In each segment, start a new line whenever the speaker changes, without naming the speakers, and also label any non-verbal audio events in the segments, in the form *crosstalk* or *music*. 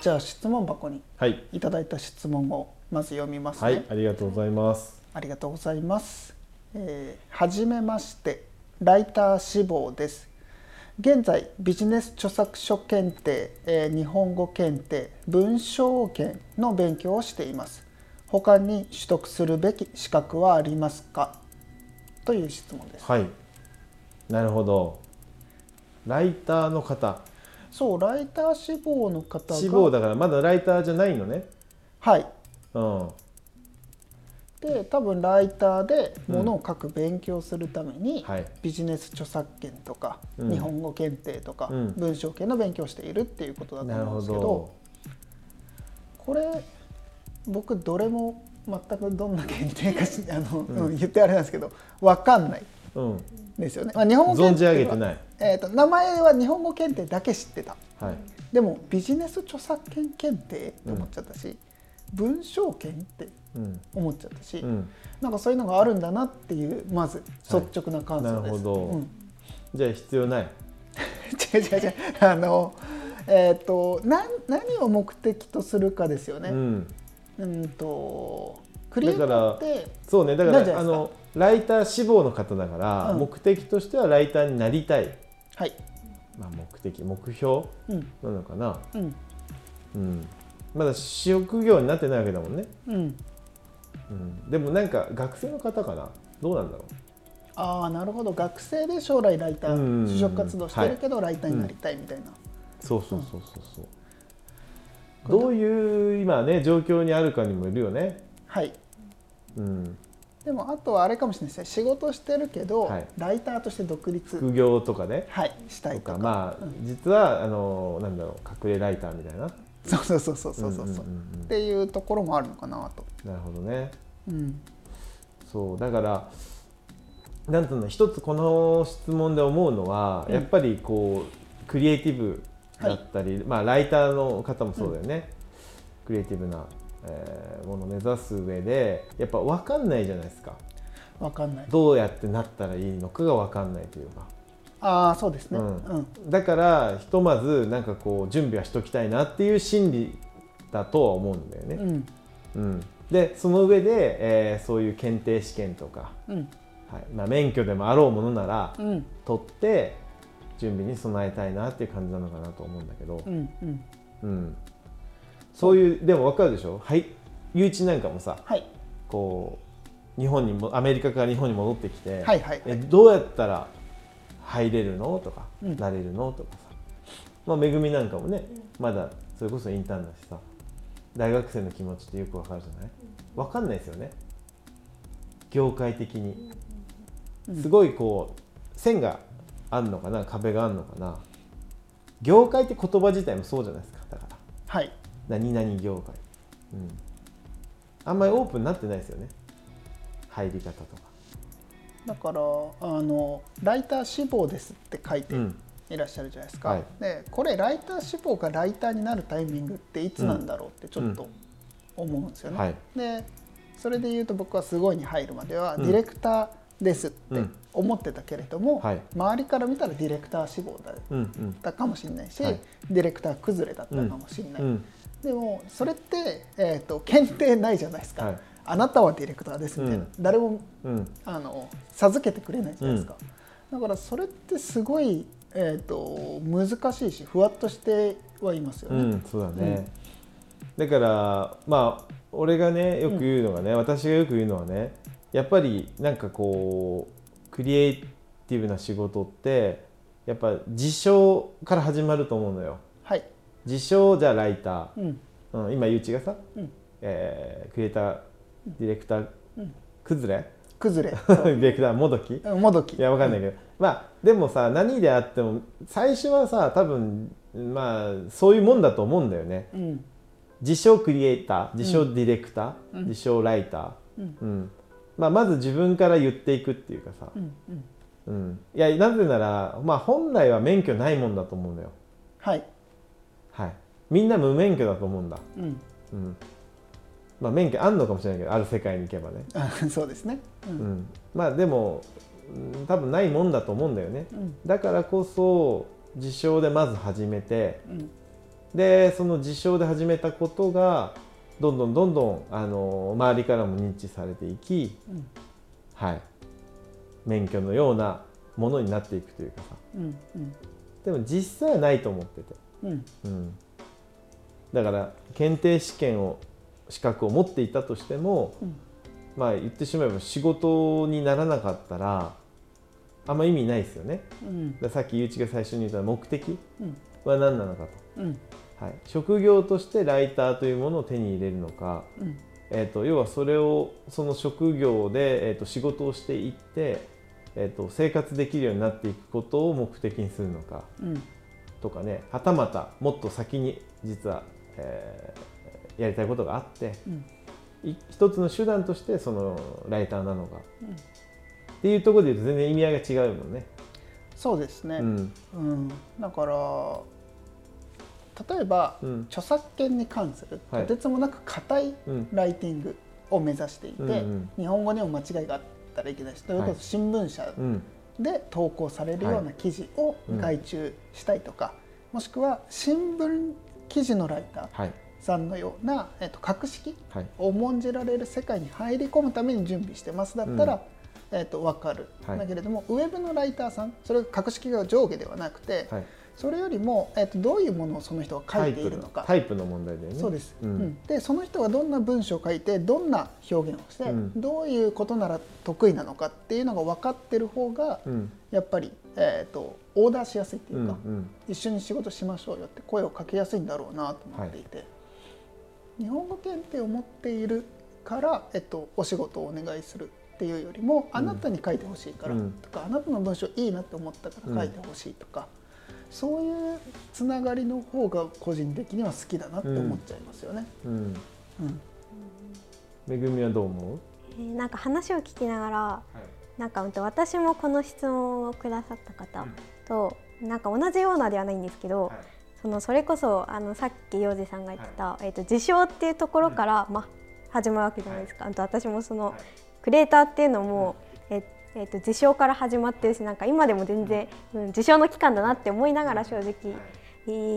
じゃあ質問箱に
はい、
いただいた質問をまず読みますね、
はい、ありがとうございます。
ありがとうございます。えーはじめまして、ライター志望です。現在、ビジネス著作書検定、えー日本語検定、文章権の勉強をしています。他に取得するべき資格はありますかという質問です。
はい、なるほど。ライターの方、
そう、ライター志望の方が、
志望だからまだライターじゃないのね。
はい。
うん、
で、多分ライターでものを書く勉強するために、
はい、
ビジネス著作権とか、
うん
日本語検定とか、
うん
文章系の勉強をしているっていうことだと
なる
思うん
ほ
ですけど
ど。
これ僕どれも全くどんな検定かし
*laughs*
あの、うん言ってあれなんですけど分かんない
うん、
ですよね、まあ、日本語
存
検
じ
定は
上げてない。
えーと名前は日本語検定だけ知ってた
はい、
でもビジネス著作権検定って思っちゃったし、文章権って
うん、
思っちゃったし、
うん。
なんかそういうのがあるんだなっていうまず率直な感想です。
なるほど
うん
じゃあ必要ない。
違う違う違う *laughs* あのえっ、とな何を目的とするかですよ
う
ね。
ん、
うん、とクリエイターって
そうね、だか
なんじゃ
ら
な
あ
いですか
のライター志望の方だから、
うん
目的としてはライターになりたい。
はい、
まあ目的、目標
うん
なのかな。
うん
うん、まだ職業になってないわけだもんね。
うん、
うん、でもなんか学生の方かなどうなんだろ
ああなるほど学生で将来ライタ
うんうんう
ー
ん
就職活動してるけどライターになりたいみたいな、
うそうそうそうそうそうどういう今ね状況にあるかにもいるよね
はい
うん
でもあとはあれかもしれないですね仕事してるけど、
はい
ライターとして独立、
副業とかね
はい、したい
と
とか
かまあ実はあのなんだろう隠れライターみたいな
そうそうそうそうそうそう,、
んんん
っていうところもあるのかなと、
うんなるほどね
うん、
そうだからなんていうの一つこの質問で思うのは、
うん
やっぱりこうクリエイティブだったり、まあライターの方もそうだよね、クリエイティブな、えーものを目指す上でやっぱ分かんないじゃないですか
わかんない
どうやってなったらいいのかが分かんないというか
ああそうですね、
うん
うん、
だからひとまずなんかこう準備はしときたいなっていう心理だとは思うんだよね、
うん
うんでその上で、えーそういう検定試験とか、
うん
はいまあ、免許でもあろうものなら
うん
取って準備に備えたいなっていう感じなのかなと思うんだけど
う、んうん
うん、そういうでも分かるでしょはいゆういちなんかもさ
はい
こう日本にもアメリカから日本に戻ってきて、
はいはい
えどうやったら入れるのとか、
うん
なれるのとかさ、まあ、めぐみなんかもねまだそれこそインターンだしさ大学生の気持ちってよくわかるじゃないわかんないですよね業界的に
うん
すごいこう線があるのかな壁があるのかな業界って言葉自体もそうじゃないですかだから
はい
何々業界、うん、あんまりオープンになってないですよね入り方とか、
だからあのライター志望ですって書いて
うん、
いらっしゃるじゃないですか、
はい
でこれライター志望がライターになるタイミングっていつなんだろうってちょっと思うんですよね、
はい
でそれで言うと僕は「すごい」に入るまでは
う
デ
ん
ィレクターですって
うん
思ってたけれども、
はい
周りから見たらディレクター志望だっ
うんうん
たかもしれないし、
はい
ディレクター崩れだったかもしれない、
うん
でもそれって、えー、と検定ないじゃないですか、
はい
あなたはディレクターですみたいな、
うん
誰も
うん
あの授けてくれないじゃないですか、だからそれってすごい、えー、と難しいしふわっとしてはいますよ
う
ね。
ん、そうだね、だからまあ俺がねよく言うのがね、私がよく言うのはねやっぱりなんかこうクリエイティブな仕事ってやっぱ自称から始まると思うのよ
はい、
自称じゃあライタ
うん
ー、うん、今ゆうちがさ、
うん
えークリエイターディレクター、
うん
崩れ
崩れ
*laughs* ディレクターもどき
うんもどき
いやわかんないけど、まあでもさ何であっても最初はさ多分まあそういうもんだと思うんだよね、
うん
自称クリエイター自称ディレクター、自称ライター、
うん
まあ、まず自分から言っていくっていうかさ
う、んうん
うん、いやなぜなら、まあ、本来は免許ないもんだと思うんだよ、
はい、
はい、みんな無免許だと思うんだ、
うん、 *laughs*
うんまあ、免許あんのかもしれないけどある世界に行けばね、
あそうですね。う
うんん、まあでもうん多分ないもんだと思うんだよね
うん
だからこそ自称でまず始めて
うん
でその自称で始めたことがどんどんどんどんあの周りからも認知されていき、
うん
はい、免許のようなものになっていくというかさ
うんうん
でも実際はないと思ってて、
うん
うん、だから検定試験を資格を持っていたとしても、
うん
まあ言ってしまえば仕事にならなかったらあんま意味ないですよね。
うん
だからさっきゆういちが最初に言った目的
うん
は何なのか
うん
と、はい、職業としてライターというものを手に入れるのか、
うん
えー、と要はそれをその職業で、えー、と仕事をしていって、えー、と生活できるようになっていくことを目的にするのか
うん
とかねはたまたもっと先に実は、えーやりたいことがあって
うん
い一つの手段としてそのライターなのか、っていうところで言うと全然意味合いが違うもんね。
そうですね、
うん
うん、だから例えば、
うん
著作権に関する
は
と
い
てつもなく硬い
うん
ライティングを目指していて、
うんうん
日本語にも間違いがあったらいけないしそれこそ
はい
新聞社
うん
で投稿されるような記事を
うん
外注したいとか、もしくは新聞記事のライター
はい
さんのような、えっと、格式
はい
を重んじられる世界に入り込むために準備してますだったら、えっと分かる、
はい
だけれどもウェブのライターさんそれが格式が上下ではなくて、
はい
それよりも、えっと、どういうものをその人が書いているのか
タイプのタイプの問題だよね。
そうです、
うん
うんでその人がどんな文章を書いてどんな表現をして、
うん
どういうことなら得意なのかっていうのが分かってる方が、
うん
やっぱり、えー、とオーダーしやすいっていううん
う
か、
ん
一緒に仕事しましょうよって声をかけやすいんだろうなと思っていて、日本語検定を持っているから、えっと、お仕事をお願いするっていうよりもあなたに書いてほしいから
うん
とか、あなたの文章いいなって思ったから書いてほしいとか、そういうつながりの方が個人的には好きだなって思っちゃいますよね。
うん
うん
めぐみはどう思う
えーなんか話を聞きながら
はい
なんかうんと私もこの質問をくださった方と、なんか同じようなではないんですけど、そのそれこそあのさっき洋次さんが言ってた、えー、と自称っていうところから、まあ、始まるわけじゃないですか、あと私もその、
はい
クリエイターっていうのも、えーえーと自称から始まってるしなんか今でも全然、うん、自称の期間だなって思いながら正直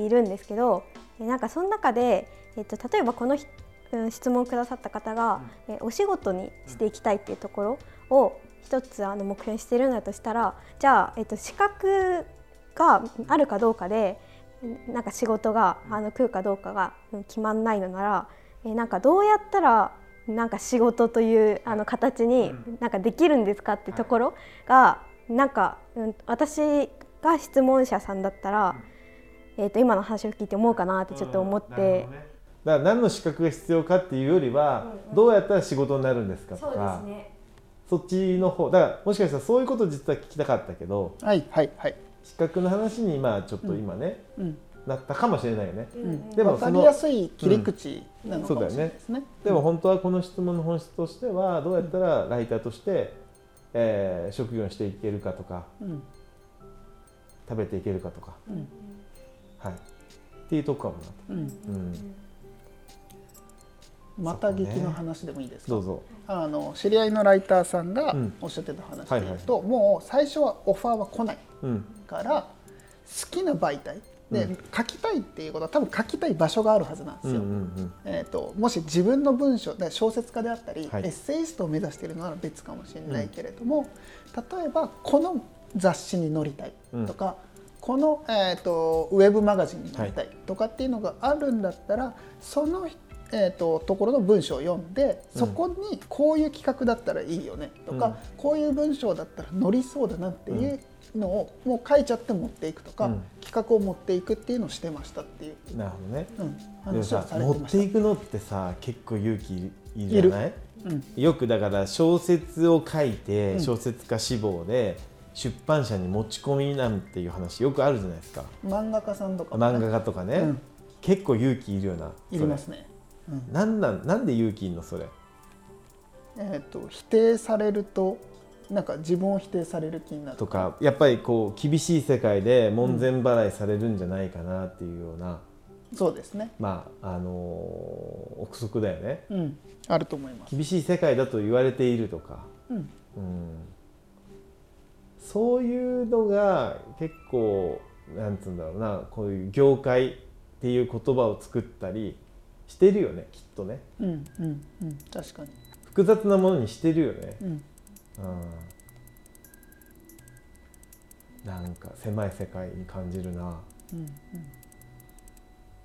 いるんですけど、えーなんかその中で、えー、と例えばこのひ、うん、質問をくださった方が、えーお仕事にしていきたいっていうところを一つあの目標にしてるんだとしたらじゃあ、えー、と資格があるかどうかでなんか仕事があの食うかどうかがうん決まんないのなら、えーなんかどうやったらなんか仕事というあの形になんかできるんですかってところがなんか、うん、私が質問者さんだったら、えー、と今の話を聞いて思うかなってちょっと思って、
だから何の資格が必要かっていうよりは、どうやったら仕事になるんですかとかそ,、
ね
っちの方だからもしかしたらそういうこと実は聞きたかったけど
はい、はい、はい、
資格の話にまあちょっと今ね、
うん
なったかもしれないよね。
うん、
でも
分か
そ
り
の
やすい切り口なのか
うん
もしれないですね。
でも本当はこの質問の本質としてはどうやったらライターとして、えー職業にしていけるかとか
うん
食べていけるかとか、
うん
はい、っていうとこかもなと、
うん、
うん、
また劇の話でもいいですか
どうぞ。
あの知り合いのライターさんが
うん
おっしゃってた話でいうと、もう最初はオファーは来ない
うん
から好きな媒体で、
うん
書きたいっていうことは多分書きたい場所があるはずなんです
うんう
よ。
ん
えー、ともし自分の文章だから小説家であったり、
はい
エッセイストを目指しているのなら別かもしれないけれども、例えばこの雑誌に載りたいとか、この、えー、とウェブマガジンに載りたいとかっていうのがあるんだったらその、えー、とところの文章を読んで
うん
そこにこういう企画だったらいいよねとか、
うん
こういう文章だったら載りそうだなっていうのをもう書いちゃって持っていくとか、
うん
企画を持っていくっていうのをしてましたっていう、
うんなるほどね。
うん、
でも
話は
さ
され
持
てま
っ
した
て。いくのってさ結構勇気いるいるじゃない
うん
よくだから小説を書いて、
うん
小説家志望で出版社に持ち込みなんていう話よくあるじゃないですか
漫画家さんとかもね、
漫画家とかね、
うん
結構勇気いるよなそ
い
れ
りますね、うん
なんなんなんで勇気いんのそれ
えー、と否定されるとなんか自分を否定される気になる
とかやっぱりこう厳しい世界で門前払いされるんじゃないかなっていうような、
そうですね
まああのー憶測だよね
うんあると思います
厳しい世界だと言われているとか
うん
うんそういうのが結構なんつうんだろうなこういう業界っていう言葉を作ったりしてるよねきっとね
うんうんうん確かに
複雑なものにしてるよね、
うん
うん、なんか狭い世界に感じるな
うん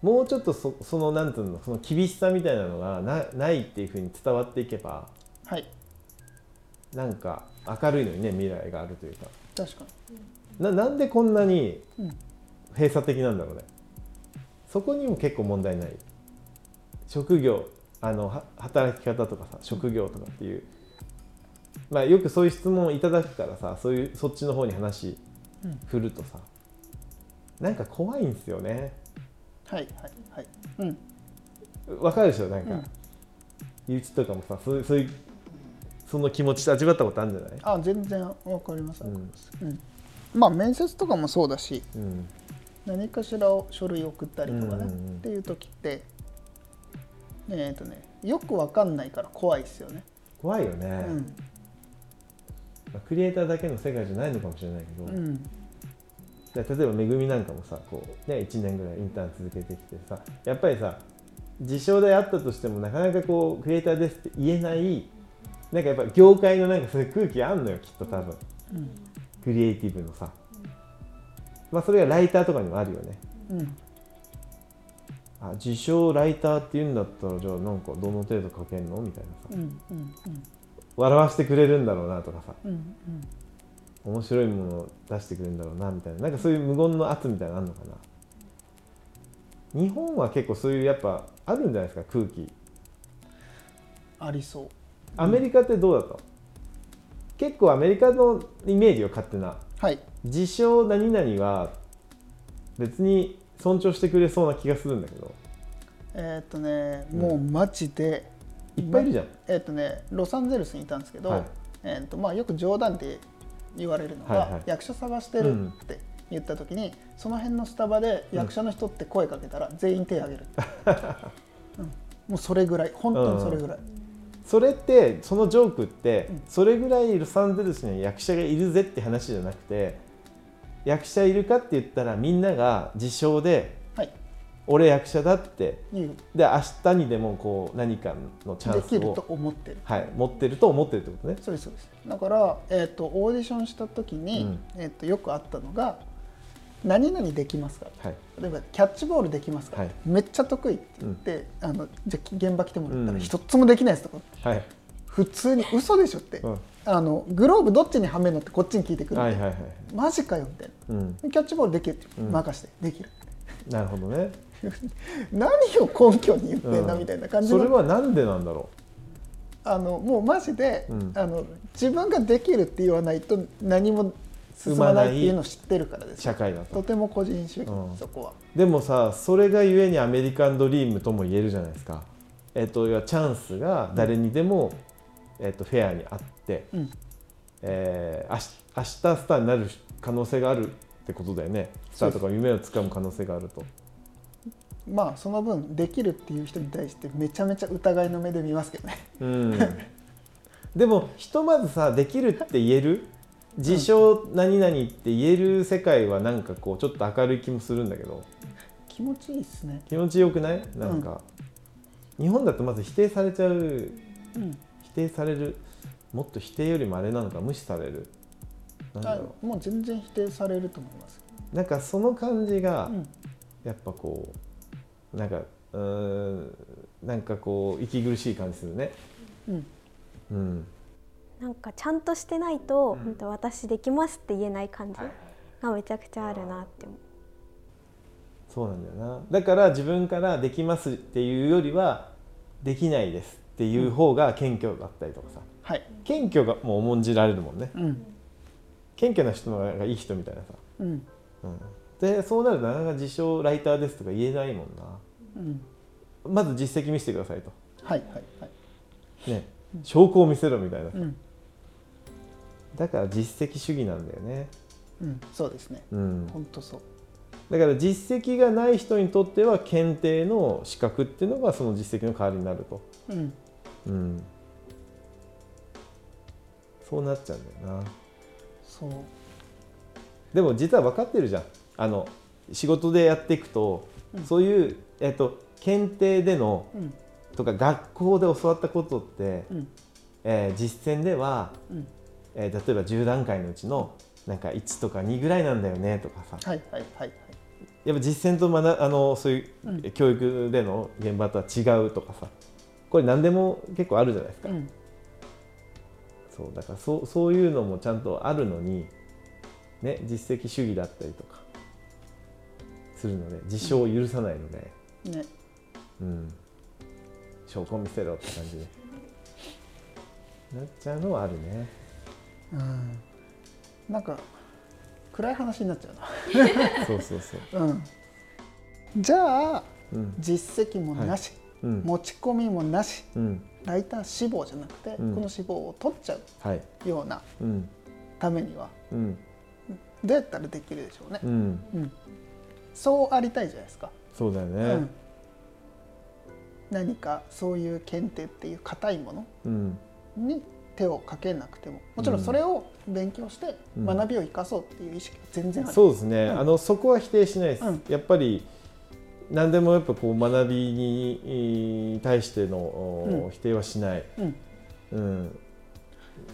もうちょっとそそのなんていうのその厳しさみたいなのがなないっていうふうに伝わっていけば
はい
なんか明るいのにね未来があるというか
確か
ななんでこんなに
にうん
閉鎖的なんだろうねそこにも結構問題ない職業あのは働き方とかさ職業とかっていうまあよくそういう質問をいただくからさそういうそっちの方に話
うん
振るとさ、なんか怖いんですよね
はいはいはいうん
わかるでしょなんか、
う
うん身内とかもさそういうそういうその気持ちって味わったことあるんじゃない
あ全然わかります、
う
うん
ん
まあ面接とかもそうだし
うん
何かしらを書類送ったりとかね、
うんうん
っ
うん
ていう時ってえっ、とねよくわかんないから怖いですよね、
怖いよね、
うん
まあクリエイターだけの世界じゃないのかもしれないけど、
うん
で例えばめぐみなんかもさこう、ね、1年ぐらいインターン続けてきてさやっぱりさ自称であったとしてもなかなかこうクリエイターですって言えないなんかやっぱ業界のなんかそういう空気あんのよきっと多分
うん
クリエイティブのさ、まあ、それがライターとかにもあるよね
うん
あ自称ライターって言うんだったらじゃあなんかどの程度書けんのみたいなさ
うんうんうん
笑わせてくれるんだろうなとかさ
うんうん
面白いものを出してくれるんだろうなみたいななんかそういう無言の圧みたいなのあるのかな日本は結構そういうやっぱあるんじゃないですか空気
ありそう
アメリカってどうだと、結構アメリカのイメージを勝手な
はい
自称何々は別に尊重してくれそうな気がするんだけど
えーっ、とね
うん
もうマジで、
いっぱいいるじゃん、
えーっ、とねロサンゼルスにいたんですけど、
はい
えーっとまあ、よく冗談で言われるのが、
はいはい
役所探してるって言った時に、その辺のスタバで役所の人って声かけたら全員手挙げ
*laughs*
る、うんもうそれぐらい本当にそれぐらい、
それってそのジョークって、
うん
それぐらいロサンゼルスには役者がいるぜって話じゃなくて役者いるかって言ったらみんなが自称で
はい
俺役者だって
言う
で明日にでもこう何かのチャ
で
ンス
きると
を、
思ってる
はい、持ってると思ってるってことね。
そうですそうですだから、えー、とオーディションした時に、
うん
えー、とよくあったのが「何々できますか?」
はい、
例えばキャッチボールできますか、
はい
めっちゃ得意って言って、あのじゃあ現場来てもらった
う
ら
ん
一つもできないですとか、
はい、
普通に嘘でしょって、
うん
あのグローブどっちにはめるのってこっちに聞いてくるんで、
はいはいはい、
マジかよみたい
うん、
なキャッチボールできるって
うん
任して、できる
なるほどね。
何を根拠に言ってんだ
うん
みたいな感じ
それ
の,、
はなんでなんだろ
あのもうマジで、
うん
あの自分ができるって言わないと何も進まないっていうのを知ってるからで
う、
す
社会だ
と
と。
ても個人主義、
うん
そこは
でもさ、それがゆえにアメリカンドリームとも言えるじゃないですか。えっと、要はチャンスが誰にでも、えっと、フェアにあって、
うん
えー、あし明日スターになる可能性があるってことだよね。スターとか夢をつかむ可能性があると。
まあその分できるっていう人に対してめちゃめちゃ疑いの目で見ますけどね
うん、でもひとまずさできるって言える自称何々って言える世界はなんかこうちょっと明るい気もするんだけど
*laughs* 気持ちいいっすね
気持ちよくないなんか、日本だとまず否定されちゃう
うん
否定されるもっと否定よりもあれなのか無視されるなんだ
あ
ろ
もう全然否定されると思います
うなんかその感じが
うん
やっぱこうなんかうーんなんかこう息苦しい感じするね
うん
うん
なんかちゃんとしてないと、
うん
本当私できますって言えない感じがめちゃくちゃあるなって思う。
そうなんだよなだから自分からできますっていうよりはできないですっていう方が謙虚だったりとかさ
はい
謙虚がもう重んじられるもんね
うん
謙虚な人の方がいい人みたいなさ、
うん
うん、でそうなるとなかなか自称ライターですとか言えないもんな
うん
まず実績見せてくださいと
はいはいはい
ね証拠を見せろみたいな
うん
だから実績主義なんだよね
うんそうですね
うん
本当そう
だから実績がない人にとっては検定の資格っていうのがその実績の代わりになると
うん
うん、そうなっちゃうんだよな
そう
でも実は分かってるじゃんあの仕事でやっていくとそういう、えっと、検定での
うん
とか学校で教わったことって、
うん
えー実践では、
うん
えー例えば10段階のうちのなんか1とか2ぐらいなんだよねとかさ
はいはいはいはい
やっぱ実践と学あのそういうう教育での現場とは違うとかさこれ何でも結構あるじゃないですか、
うん
そうだからそうそういうのもちゃんとあるのに、ね、実績主義だったりとかするので自称を許さないので、
ね
うん、証拠見せろって感じでなっちゃうのはあるね。
うんなんか暗い話になっちゃ
そうそうそう。
うなうんじゃあ
うん。
実績もなし、
うん。
持ち込みもなし
うん。
ライター志望じゃなくて、
うん
この志望を取っちゃ
はい。
うような
うん。
ためには
うん。
どうやったらできるでしょうね
う、ん。
うんそうありたいじゃないですか、
そうだよ
う
ね
ん。何かそういう検定っていう硬いもの
うん。
に手をかけなくてももちろんそれを勉強して
うん
学びを生かそうっていう意識は全然ある、
そうですね。
うん
あのそこは否定しないです
うん。
やっぱり何でもやっぱこう学びに対してのお
うん
否定はしない。
うん
うん。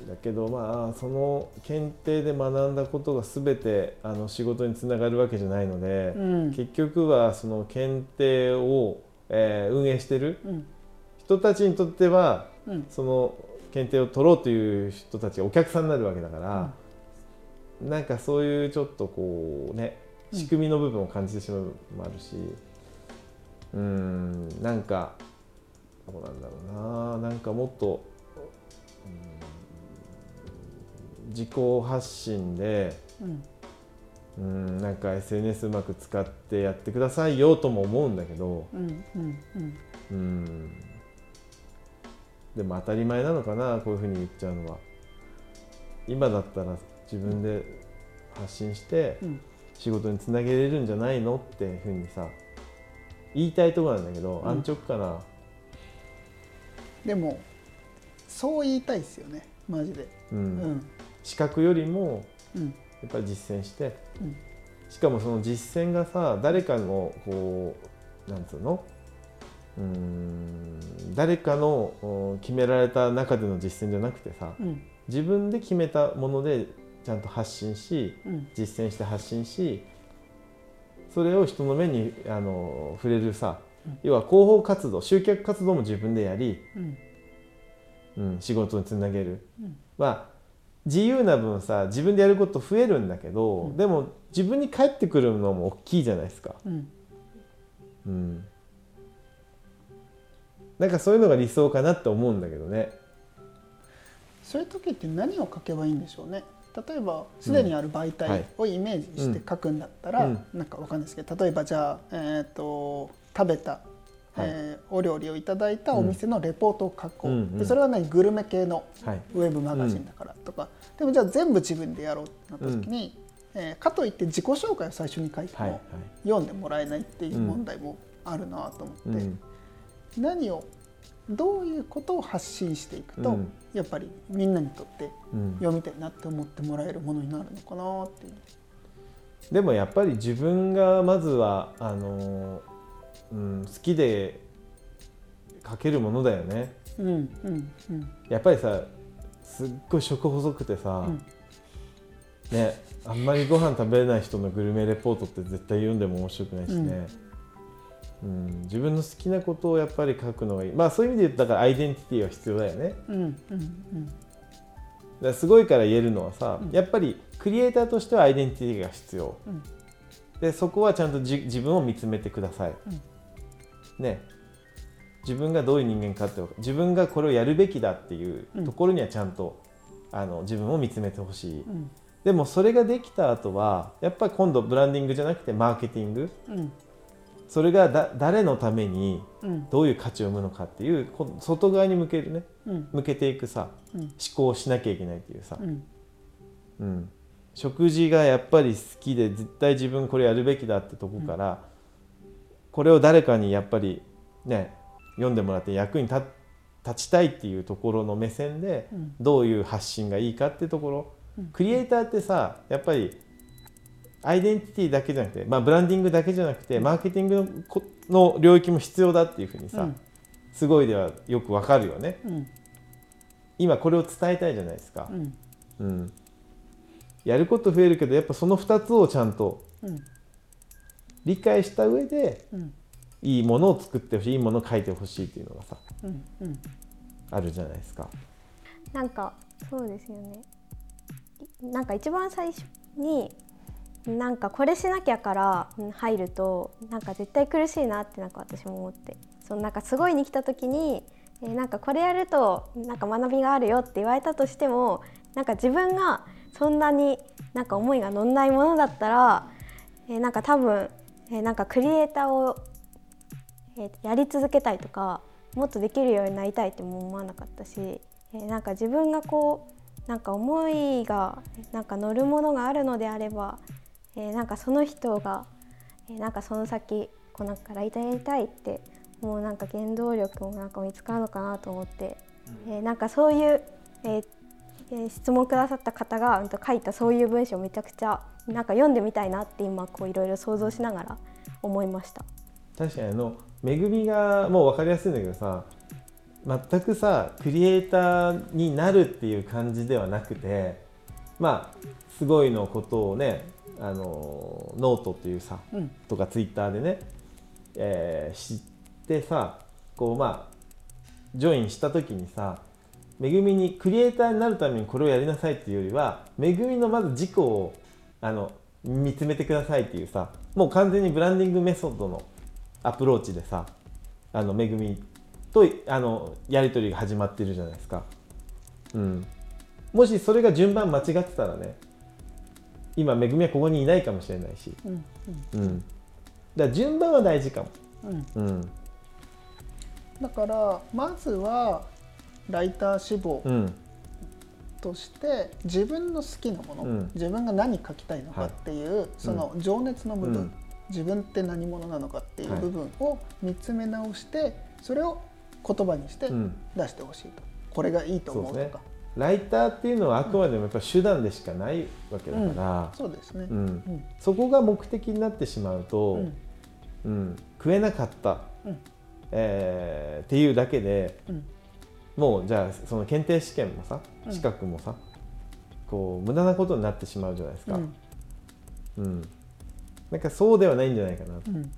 だけどまあその検定で学んだことが全てあの仕事につながるわけじゃないので、
うん
結局はその検定を、えー運営してる
うん
人たちにとっては
うん
その検定を取ろうという人たちがお客さんになるわけだから、なんかそういうちょっとこうね
うん
仕組みの部分を感じてしまう部分もあるしうーんなんかどうなんだろうななんかもっとうーん自己発信で
うん
うーんなんか SNS うまく使ってやってくださいよとも思うんだけど
うんうんうん
うーんでも当たり前なのかなこういうふうに言っちゃうのは今だったら自分で発信して
うん
仕事につなげれるんじゃないのっていうふうにさ言いたいところなんだけど、
うん
安直かな
でもそう言いたいですよねマジで、
う
うんん
資格よりも
うん
やっぱり実践して、
うん
しかもその実践がさ誰かのこうなんつうのうーん誰かのうん決められた中での実践じゃなくてさ
うん
自分で決めたものでちゃんと発信し
うん
実践して発信しそれを人の目にあの触れるさ、
うん
要は広報活動集客活動も自分でやり、
うん
うん、仕事につなげる
うん
まあ自由な分さ自分でやること増えるんだけど、
うん
でも自分に返ってくるのも大きいじゃないですか、
うん
うん、なんかそういうのが理想かなって思うんだけどね
そういう時って何を書けばいいんでしょうね例えばすでにある媒体をイメージして書くんだったら、
うん
なんかわかんないですけど例えばじゃあ、えー、と食べた、えーお料理をいただいたお店のレポートを書こう、
うんうん
でそれは、ね、グルメ系の
はい
ウェブマガジンだからとか、でもじゃあ全部自分でやろうってなった時に、えーかといって自己紹介を最初に書いて
はいは
も
い、
読んでもらえないっていう問題もあるなと思って、
うん
何をどういうことを発信していくと、
うん
やっぱりみんなにとって
うん、
読みたいなって思ってもらえるものになるのかなっていう。
でもやっぱり自分がまずはあのーうん、好きで書けるものだよね
うんうんうん
やっぱりさすっごい食細くてさ、
うん
ね、あんまりご飯食べれない人のグルメレポートって絶対読んでも面白くないしね、うん自分の好きなことをやっぱり書くのがいいまあそういう意味で言ったからアイデンティティは必要だよねだか
うんうん
らすごいから言えるのはさ、
うん
やっぱりクリエイターとしてはアイデンティティが必要
うん
でそこはちゃんとじ自分を見つめてください、ね自分がどういう人間かって自分がこれをやるべきだっていうところにはちゃんと、あの自分を見つめてほしい、
うん
でもそれができた後はやっぱり今度ブランディングじゃなくてマーケティング
うん
それがだ誰のために
うん
どういう価値を生むのかっていうこ外側に向けるね
うん
向けていくさ
うん
思考をしなきゃいけないっていうさ、
うん
うん、食事がやっぱり好きで絶対自分これやるべきだってとこから、これを誰かにやっぱりね読んでもらって役に立立ちたいっていうところの目線で
うん
どういう発信がいいかってところ、
うん
クリエイターってさやっぱりアイデンティティだけじゃなくて、まあ、ブランディングだけじゃなくてマーケティングのこの領域も必要だっていうふうにさ、
うん
すごいではよくわかるよね
うん
今これを伝えたいじゃないですか
う、ん
うん、やること増えるけどやっぱその2つをちゃんと
うん
理解した上で
うん
いいものを作ってほしいいいものを書いてほしいっていうのがさ
うんうん
あるじゃないですか。
なんかそうですよねいなんか一番最初になんかこれしなきゃからうん入るとなんか絶対苦しいなってなんか私も思ってそのなんかすごいに来た時に、えーなんかこれやるとなんか学びがあるよって言われたとしてもなんか自分がそんなになんか思いが乗んないものだったら、えーなんか多分、えーなんかクリエイターを、えーやり続けたいとかもっとできるようになりたいっても思わなかったし、えーなんか自分がこうなんか思いがなんか乗るものがあるのであれば、えーなんかその人が、えーなんかその先こうなんかライターやりたいってもうなんか原動力もなんか見つかるのかなと思って、えーなんかそういう、えーえー質問くださった方がうんと書いたそういう文章めちゃくちゃなんか読んでみたいなって今こういろいろ想像しながら思いました。
確かにあの恵みがもう分かりやすいんだけどさ全くさクリエイターになるっていう感じではなくてまあすごいのことをねあのノートっていうさ
うん
とかツイッターでね、えー知ってさこうまあジョインした時にさめぐみにクリエイターになるためにこれをやりなさいっていうよりはめぐみのまず自己をあの見つめてくださいっていうさもう完全にブランディングメソッドのアプローチでさあのめぐみとあのやり取りが始まってるじゃないですか。うん、もしそれが順番間違ってたらね今めぐみはここにいないかもしれないし、
うん
うん、だから順番は大事かも、
うん
うん
だからまずはライター志望
うん
として自分の好きなもの、
うん
自分が何書きたいのかっていう、その情熱の部分、
うん
自分って何者なのかっていう
はい
部分を見つめ直してそれを言葉にして
うん
出してほしいと、これがいいと思うとか
ライターっていうのはあくまでもやっぱ手段でしかないわけだから、
そう,、ですね、
うん
うん
そこが目的になってしまうと、
うん
うん食えなかった、
うん
えーっていうだけで
うん
もうじゃあその検定試験もさ
うん
資格もさ、こう無駄なことになってしまうじゃないです
う
か、
ん
うんなんかそうではないんじゃないかな
う
と、
ん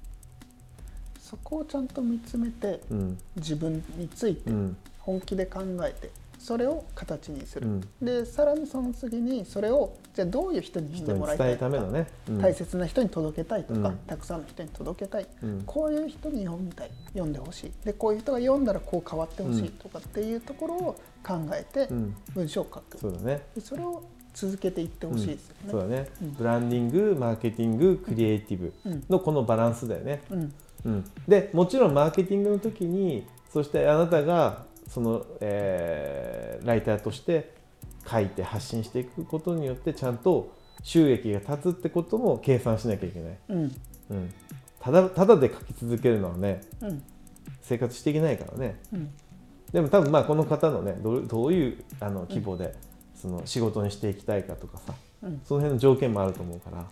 そこをちゃんと見つめて
うん
自分について
うん
本気で考えてそれを形にす
う
る、
ん、
でさらにその次にそれをじゃあどういう人に読んで
人に
もら
伝
いた
え
い
るた
と
め
か
のね、うん
大切な人に届けたいとか、
うん
たくさんの人に届けたい、
うん
こういう人に読みたい読んでほしいでこういう人が読んだらこう変わってほし
う
い
ん
とかっていうところを考えて
うん、
文章を書く、
そうだね
でそれを続けていってほしいです
そ
よ
うだ
ね。
ね、
うん
ブランディングマーケティングクリエイティブ
うん
のこのバランスだよね、
うん
うん、でもちろんマーケティングの時にそしてあなたがその、えーライターとして書いて発信していくことによってちゃんと収益が立つってことも計算しなきゃいけない、
うん
うん、ただただで書き続けるのはね
うん
生活していけないからね
うん
でも多分まあこの方のねどうどういうあの規模でその仕事にしていきたいかとかさ
うん
その辺の条件もあると思うから、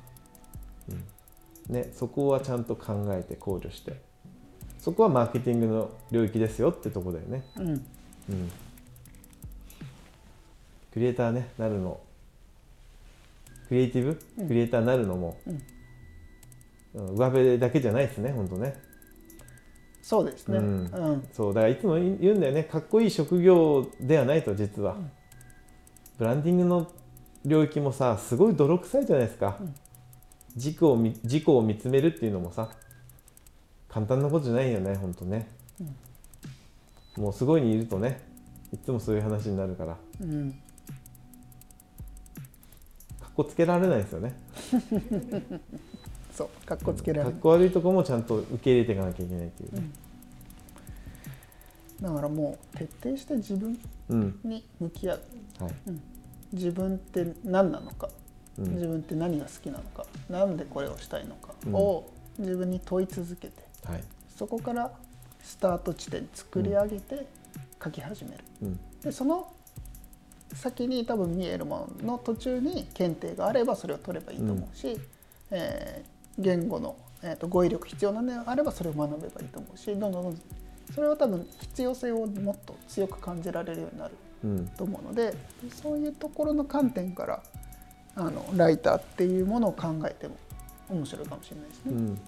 うんね、そこはちゃんと考えて考慮してそこはマーケティングの領域ですよってとこだよね、
うん
うん、クリエイターねなるのクリエイティブ、
うん
クリエイターになるのも、
うん
うん上辺だけじゃないですね本当ね
そうですね。う
うんん
うん
そうだからいつも言うんだよねかっこいい職業ではないと実は、
ん
ブランディングの領域もさすごい泥臭いじゃないですか、
うん
自己を見自己を見つめるっていうのもさ簡単なことじゃないよねほんとね、もうすごいにいるとねいつもそういう話になるから
うん
かっこつけられないですよね
そうかっこつけら
か
れ
っ
る、
こ悪いとこもちゃんと受け入れていかなきゃいけないっていうね
だからもう徹底して自分
うん、
に向き合う
はい、
自分って何なのか
う
自
ん
分って何が好きなのかなんでこれをしたいのか
うん
を自分に問い続けて
はい
そこからスタート地点作り上げて書き始める、
うん
でその先に多分見えるものの途中に検定があればそれを取ればいいと思うし、えー言語の、えー、と語彙力必要なのであればそれを学べばいいと思うしどんどんどんどんそれは多分必要性をもっと強く感じられるようになる
うん
と思うのでそういうところの観点からあのライターっていうものを考えても面白いかもしれないです
う
ね。
ん